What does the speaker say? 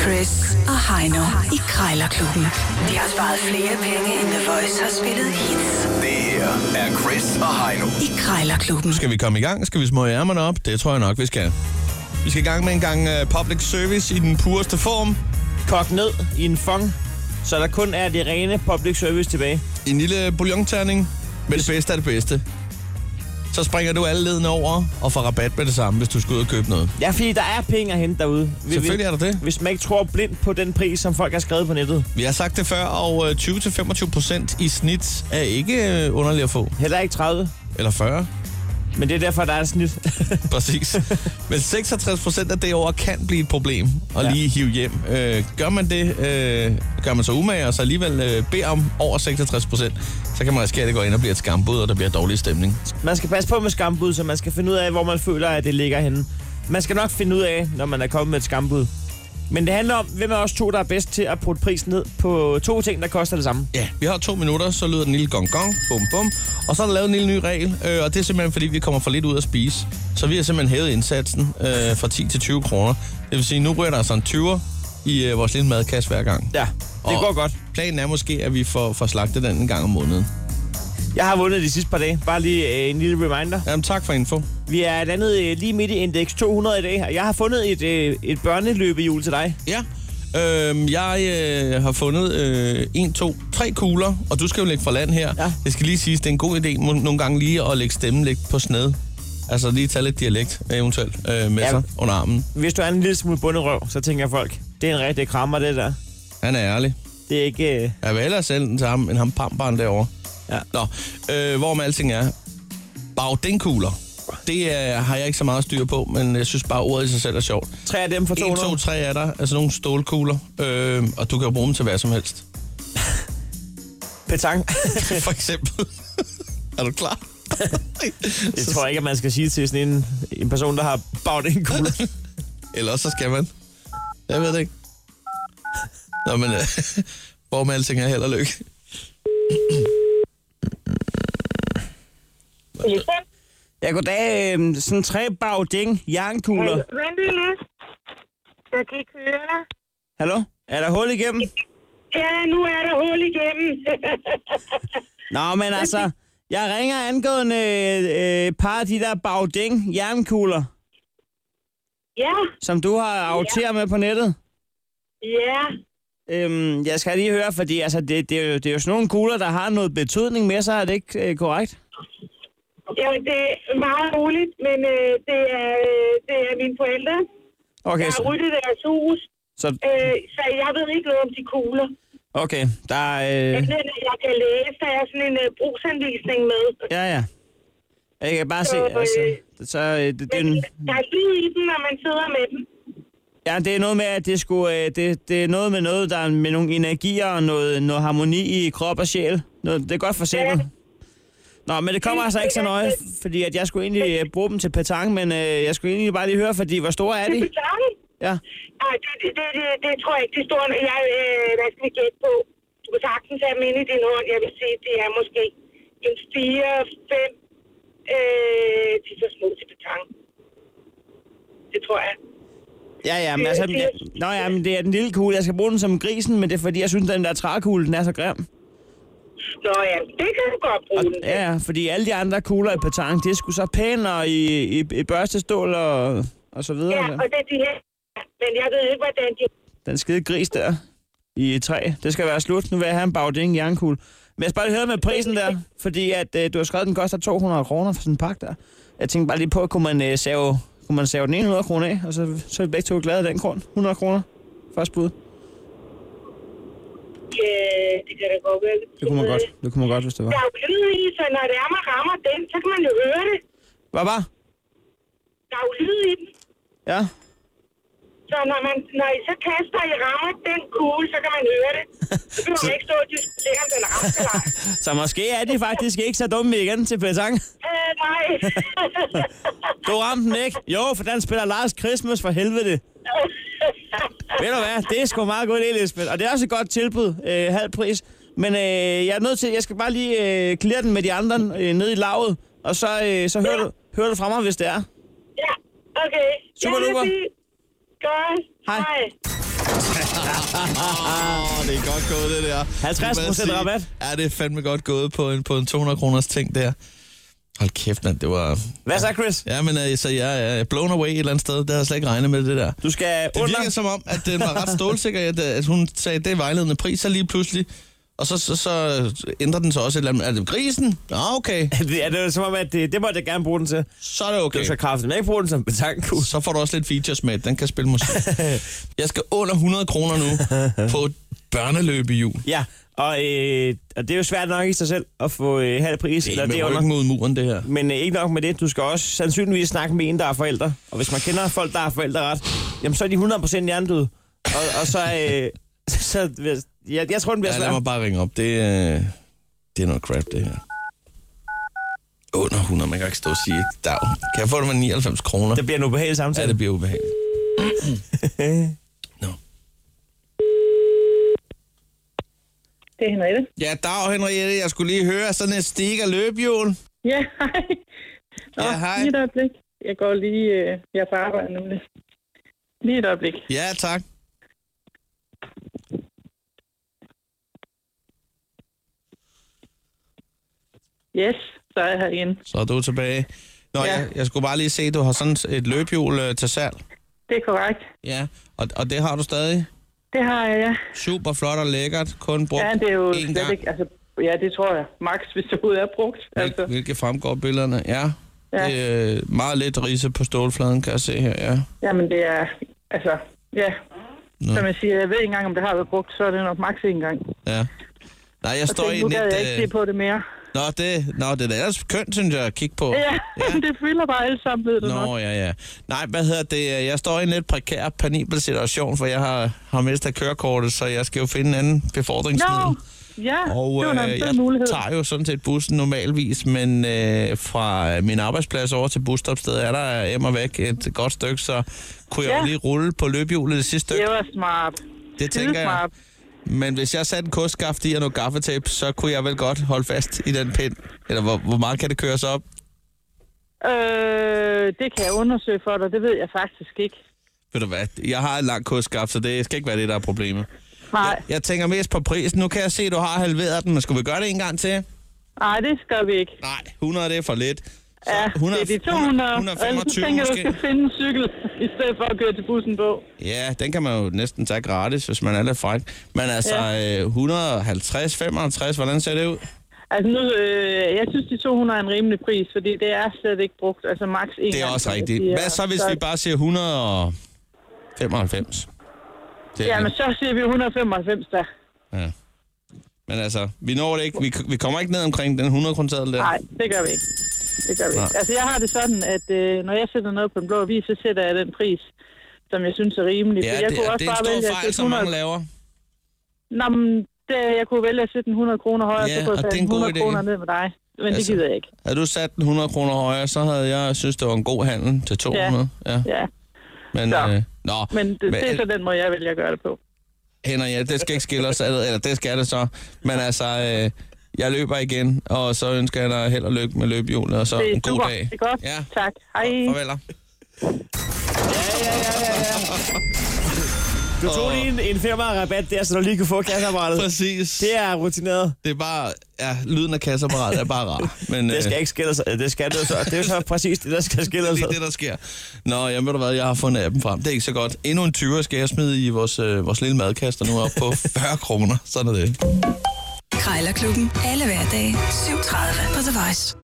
Chris og Heino i Krejlerklubben. De har sparet flere penge, end The Voice har spillet hits Det her er Chris og Heino. i Krejlerklubben. Skal vi komme i gang? Skal vi smøge ærmerne op? Det tror jeg nok, vi skal. Vi skal i gang med en gang uh, public service i den pureste form. kogt ned i en fong, så der kun er det rene public service tilbage. En lille bouillonterning med det bedste af det bedste. Så springer du alle ledene over og får rabat med det samme, hvis du skal ud og købe noget. Ja, fordi der er penge at hente derude. Vi- Selvfølgelig vi- er der det. Hvis man ikke tror blindt på den pris, som folk har skrevet på nettet. Vi har sagt det før, og øh, 20-25 procent i snit er ikke øh, underlig at få. Heller ikke 30, Eller 40, men det er derfor, der er et snit. præcis. Men 66 procent af det over kan blive et problem at Ja. lige hive hjem. Øh, gør man det, øh, gør man sig umage, og så alligevel øh, beder om over 66 procent, så kan man risikere, at det går ind og bliver et skambud, og der bliver dårlig stemning. man skal passe på med skambud, så man skal finde ud af, hvor man føler, at det ligger henne. Man skal nok finde ud af, når man er kommet med et skambud. Men det handler om, hvem af os to, der er bedst til at putte prisen ned på to ting, der koster det samme. Ja, vi har to minutter, så lyder den lille gong gong, bum bum, og så er der lavet en lille ny regel, øh, og det er simpelthen fordi, vi kommer for lidt ud at spise. Så vi har simpelthen hævet indsatsen øh, fra 10 til 20 kroner. Det vil sige, nu ryger der sådan 20'er i øh, vores lille madkasse hver gang. Ja, det Og- går godt. Planen er måske, at vi får, får slagtet den en gang om måneden. Jeg har vundet de sidste par dage. Bare lige øh, en lille reminder. Jamen, tak for info. Vi er landet øh, lige midt i indeks 200 i dag, og jeg har fundet et, øh, et børneløbehjul til dig. Ja. Øhm, jeg øh, har fundet øh, en, to, tre kugler, og du skal jo lægge fra land her. Ja. Det skal lige siges, det er en god idé må- nogle gange lige at lægge stemmen lidt på sned. Altså lige tage lidt dialekt øh, eventuelt øh, med Ja. ja. sig under armen. Hvis du er en lille smule bunderøv, så tænker folk, det er en rigtig krammer, det der. Han er ærlig. Det er ikke... Øh, Jeg vil ellers sælge den til ham, end ham pamperen derovre. Ja. Nå, øh, hvorom alting er. Bag den kugler. Det er, har jeg ikke så meget styr på, men jeg synes bare, ordet i sig selv er sjovt. tre af dem for 1, 200. 2, 3 er der. Altså nogle stålkugler. Øh, og du kan jo bruge dem til hvad som helst. Petang. For eksempel. er du klar? det tror jeg ikke, at man skal sige til sådan en, en person, der har bagt en kugle. Eller også så skal man. Jeg ved det ikke. Nå, men øh, hvor med alting er held og lykke. Lisa, Ja, goddag. Øh, sådan tre bagding jernkugler. vent lidt. Jeg kan ikke høre dig. Hallo? Er der hul igennem? Ja, nu er der hul igennem. Nå, men altså, jeg ringer angående øh, øh, par af de der bagding jernkugler, ja, som du har afteret med på nettet. ja. Øhm, jeg skal lige høre, fordi altså, det, det, er jo, det er jo sådan nogle kugler, der har noget betydning med sig, er det ikke øh, korrekt? Jo, det er meget roligt, men øh, det, er, øh, det er mine forældre, der Okay, har så, ryddet deres hus. så Øh, så jeg ved ikke noget om de kugler. okay, der er... Jeg, Øh, ved, at jeg kan læse, der er sådan en øh, brugsanvisning med. ja, ja. Jeg kan bare se, Så, øh, altså, så øh, det, det, er Men en- der er lyd i dem, når man sidder med dem. ja, det er noget med, at det, skulle, øh, det, det er noget med noget, der er med nogle energier og noget, noget harmoni i krop og sjæl. Noget, det er godt for sindet. Nå, men det kommer altså ikke så nøje, fordi at jeg skulle egentlig øh, bruge dem til petang, men øh, jeg skulle egentlig bare lige høre, fordi hvor store er de? Sådan. Ja. Ej, det, det, det, det, det tror jeg ikke, det store... Jeg, øh, hvad skal vi gætte på? Du kan sagtens have dem inde i din hånd. Jeg vil sige, det er måske en 4, 5... Øh, de er så små til beton. Det tror jeg. Ja, ja, men altså... Det- Jeg, det- nå ja, men det er den lille kugle. Jeg skal bruge den som grisen, men det er fordi, jeg synes, den der trækugle, den er så grim. Nå ja, det kan du godt bruge Og, den. til. ja, ja, fordi alle de andre kugler i petang, de er sgu så pænere i, i, i børstestål og, og så ja, videre. Ja, og det er de her. Men jeg ved ikke, hvordan de... Den skide gris der i træ. Det skal være slut. Nu vil jeg have en bagding jernkugle. Men jeg skal bare lige høre med prisen der, fordi at, øh, du har skrevet, at den koster 200 kroner for sådan en pakke der. Jeg tænkte bare lige på, kunne man, øh, save, kunne man save den ene 100 kroner af, og så, så er vi begge to glade af den grund. 100 kroner. Først bud. Øh, det kan da godt være. øh, Det kunne man godt, det kunne man godt hvis det var. Der er jo lyd i, så når det er, man rammer den, så kan man jo høre det. Hvad var? Der er jo lyd i den. Ja. Så når, man, når I så kaster, og I rammer den kugle, så kan man høre det. Så behøver man ikke stå og diskutere, om den ramte eller ej. Så måske er de faktisk ikke så dumme igen til Petang. Øh, nej. Du ramte den ikke. Jo, for den spiller Lars Christmas for helvede. Ved du hvad, det er sgu meget godt, Elisabeth. Og det er også et godt tilbud, øh, halv pris. Men øh, jeg er nødt til, jeg skal bare lige øh, klare den med de andre øh, nede i lavet. Og så, øh, så hører, du, hører du fra mig, hvis det er. ja, okay. Super Jeg vil duper. sige, Godt. Hej. Åh, det er godt gået, det der. 50% Det må jeg sige. rabat. Ja, det er fandme godt gået på en, på en 200 kroners ting der. Hold kæft, mand, det var... Hvad så, Chris? Ja, men øh, så jeg er blown away et eller andet sted. Det havde jeg slet ikke regnet med, det der. Du skal Det under... virkede som om, at den var ret stålsikker, at, øh, at hun sagde, at det er vejledende pris, så lige pludselig. Og så, så, så ændrer den så også et eller andet. Er det grisen? Nå, okay. Det er, det er som om, at øh, det, det måtte jeg gerne bruge den til. Så er det Du okay. skal kraftigt ikke bruge den som betankus. Så får du også lidt features med, den kan spille musik. Jeg skal under 100 kroner nu på et børneløbehjul. Ja, og, øh, og det er jo svært nok i sig selv at få øh, halv pris. Det eller er det med under. ryggen mod muren, det her. Men øh, ikke nok med det, du skal også sandsynligvis snakke med en, der er forældre. Og hvis man kender folk, der er forældreret, jamen så er de 100% hjernedøde. Og, og så, øh, så jeg, jeg tror, den bliver Ja, lad svær. mig bare ringe op. Det, øh, det er noget crap, det her. Under 100, man kan ikke stå og sige, dag. Kan jeg få det med 99 kroner? Det bliver en ubehagelig Ja, samtale. det bliver ubehageligt. Nå. Det er Henriette. Ja, dag Henriette, jeg skulle lige høre sådan et stik af løbhjul. Ja, hej. Nå, Ja, hej. Lige et øjeblik. Jeg går lige... Øh, jeg er på arbejde nemlig. Lige et øjeblik. Ja, tak. Yes, så er jeg her igen. Så er du tilbage. Nå, ja. Ja. jeg, jeg skulle bare lige se, du har sådan et løbhjul øh, til salg. Det er korrekt. Ja, og, og det har du stadig. Det har jeg, ja. Super flot og lækkert, kun brugt Ja, det er jo én slet gang, ikke... Altså, ja, det tror jeg. Max, hvis det overhovedet er brugt. Altså, hvil- hvilket fremgår af billederne. Ja, Ja. Det, er, øh, meget lidt rise på stålfladen, kan jeg se her, ja. jamen, det er... Altså, ja. Nå. Som jeg siger, jeg ved ikke engang, om det har været brugt, så er det nok max en gang. ja. Nej, jeg Og står tænk, nu egentlig gad jeg ikke... ikke Øh, se på det mere. nå, det, nå, det er da ellers kønt, synes jeg, at kigge på. Ja, det fylder bare alle sammen, ved du nok. Nå, ja, ja. Nej, hvad hedder det? Jeg står i en lidt prekær, penibel situation, for jeg har, har mistet kørekortet, så jeg skal jo finde en anden befordringsmiddel. Nå, ja, det var da en fed øh, jeg mulighed. tager jo sådan set bussen normalvis, men øh, fra min arbejdsplads over til busstopstedet er der hjem og væk et godt stykke, så kunne jeg Ja. jo lige rulle på løbehjulet det sidste stykke. Det var smart. Det tænker jeg. Skidesmart. Men hvis jeg satte en kostskaft i og noget gaffetape, så kunne jeg vel godt holde fast i den pind. Eller hvor, hvor meget kan det køres op? Øh, det kan jeg undersøge for dig, det ved jeg faktisk ikke. Ved du hvad, jeg har en lang kostskaft, så det skal ikke være det, der er problemet. Nej, Jeg, jeg tænker mest på prisen. Nu kan jeg se, at du har halveret den, men skulle vi gøre det en gang til? nej, det skal vi ikke. Nej, 100 det er for lidt. Så Ja, 100, det er de 200, og ellers så 125 tænker jeg, du måske. skal finde en cykel, i stedet for at køre til bussen på. Ja, den kan man jo næsten tage gratis, hvis man er lidt fræk. Men altså, ja. 150, 55, hvordan ser det ud? Altså nu, øh, jeg synes, de 200 er en rimelig pris, fordi det er slet ikke brugt, altså max en Det er gang, også som jeg rigtigt. siger. Hvad så, hvis vi bare siger 195? Det er Jamen, det. så siger vi 195, der. Ja. Men altså, vi når det ikke. Vi, vi kommer ikke ned omkring den 100 kroner der. Nej, det gør vi ikke. Det gør vi ikke. Altså, jeg har det sådan, at øh, når jeg sætter noget på en blå avis, så sætter jeg den pris, som jeg synes er rimelig. Ja, Så jeg det, er- det er en vælge stor at fejl, sætte som 100 mange laver. Nå, men det, jeg kunne vælge at sætte den 100 kroner højere, Ja, så kunne og jeg det er sætte en god 100 idé. kroner ned med dig. Men altså. det Altså. gider jeg ikke. Havde du sat den 100 kroner højere, så havde jeg synes det var en god handel til 200. Ja. ja. Ja. Men, Så. øh, nå, Men det, Men- det er så den måde, jeg vælger at gøre det på. Henrik, ja, det skal ikke skille os ad, eller det skal det så. Men altså, øh, jeg løber igen, og så ønsker jeg dig held og lykke med løbehjulet, og så Det er en god super. dag. Det er godt. Ja. Tak. Hej. Farvel. da. Du tog lige en, en firma-rabat der, så du lige kunne få kasseapparatet. Præcis. Det er rutineret. Det er bare, ja, lyden af kasseapparatet er bare rar. Men, Det skal øh, ikke skille sig. Det skal det så. Det er jo så præcis det, der skal det skille er sig. lige det, der sker. Nå, jamen ved du hvad, jeg har fundet appen frem. Det er ikke så godt. Endnu en 20'er skal jeg smide i vores, øh, vores lille madkasse, der nu er oppe på 40 kroner. Sådan er det. Krejlerklubben. Alle hverdage. 7.30 på The Voice.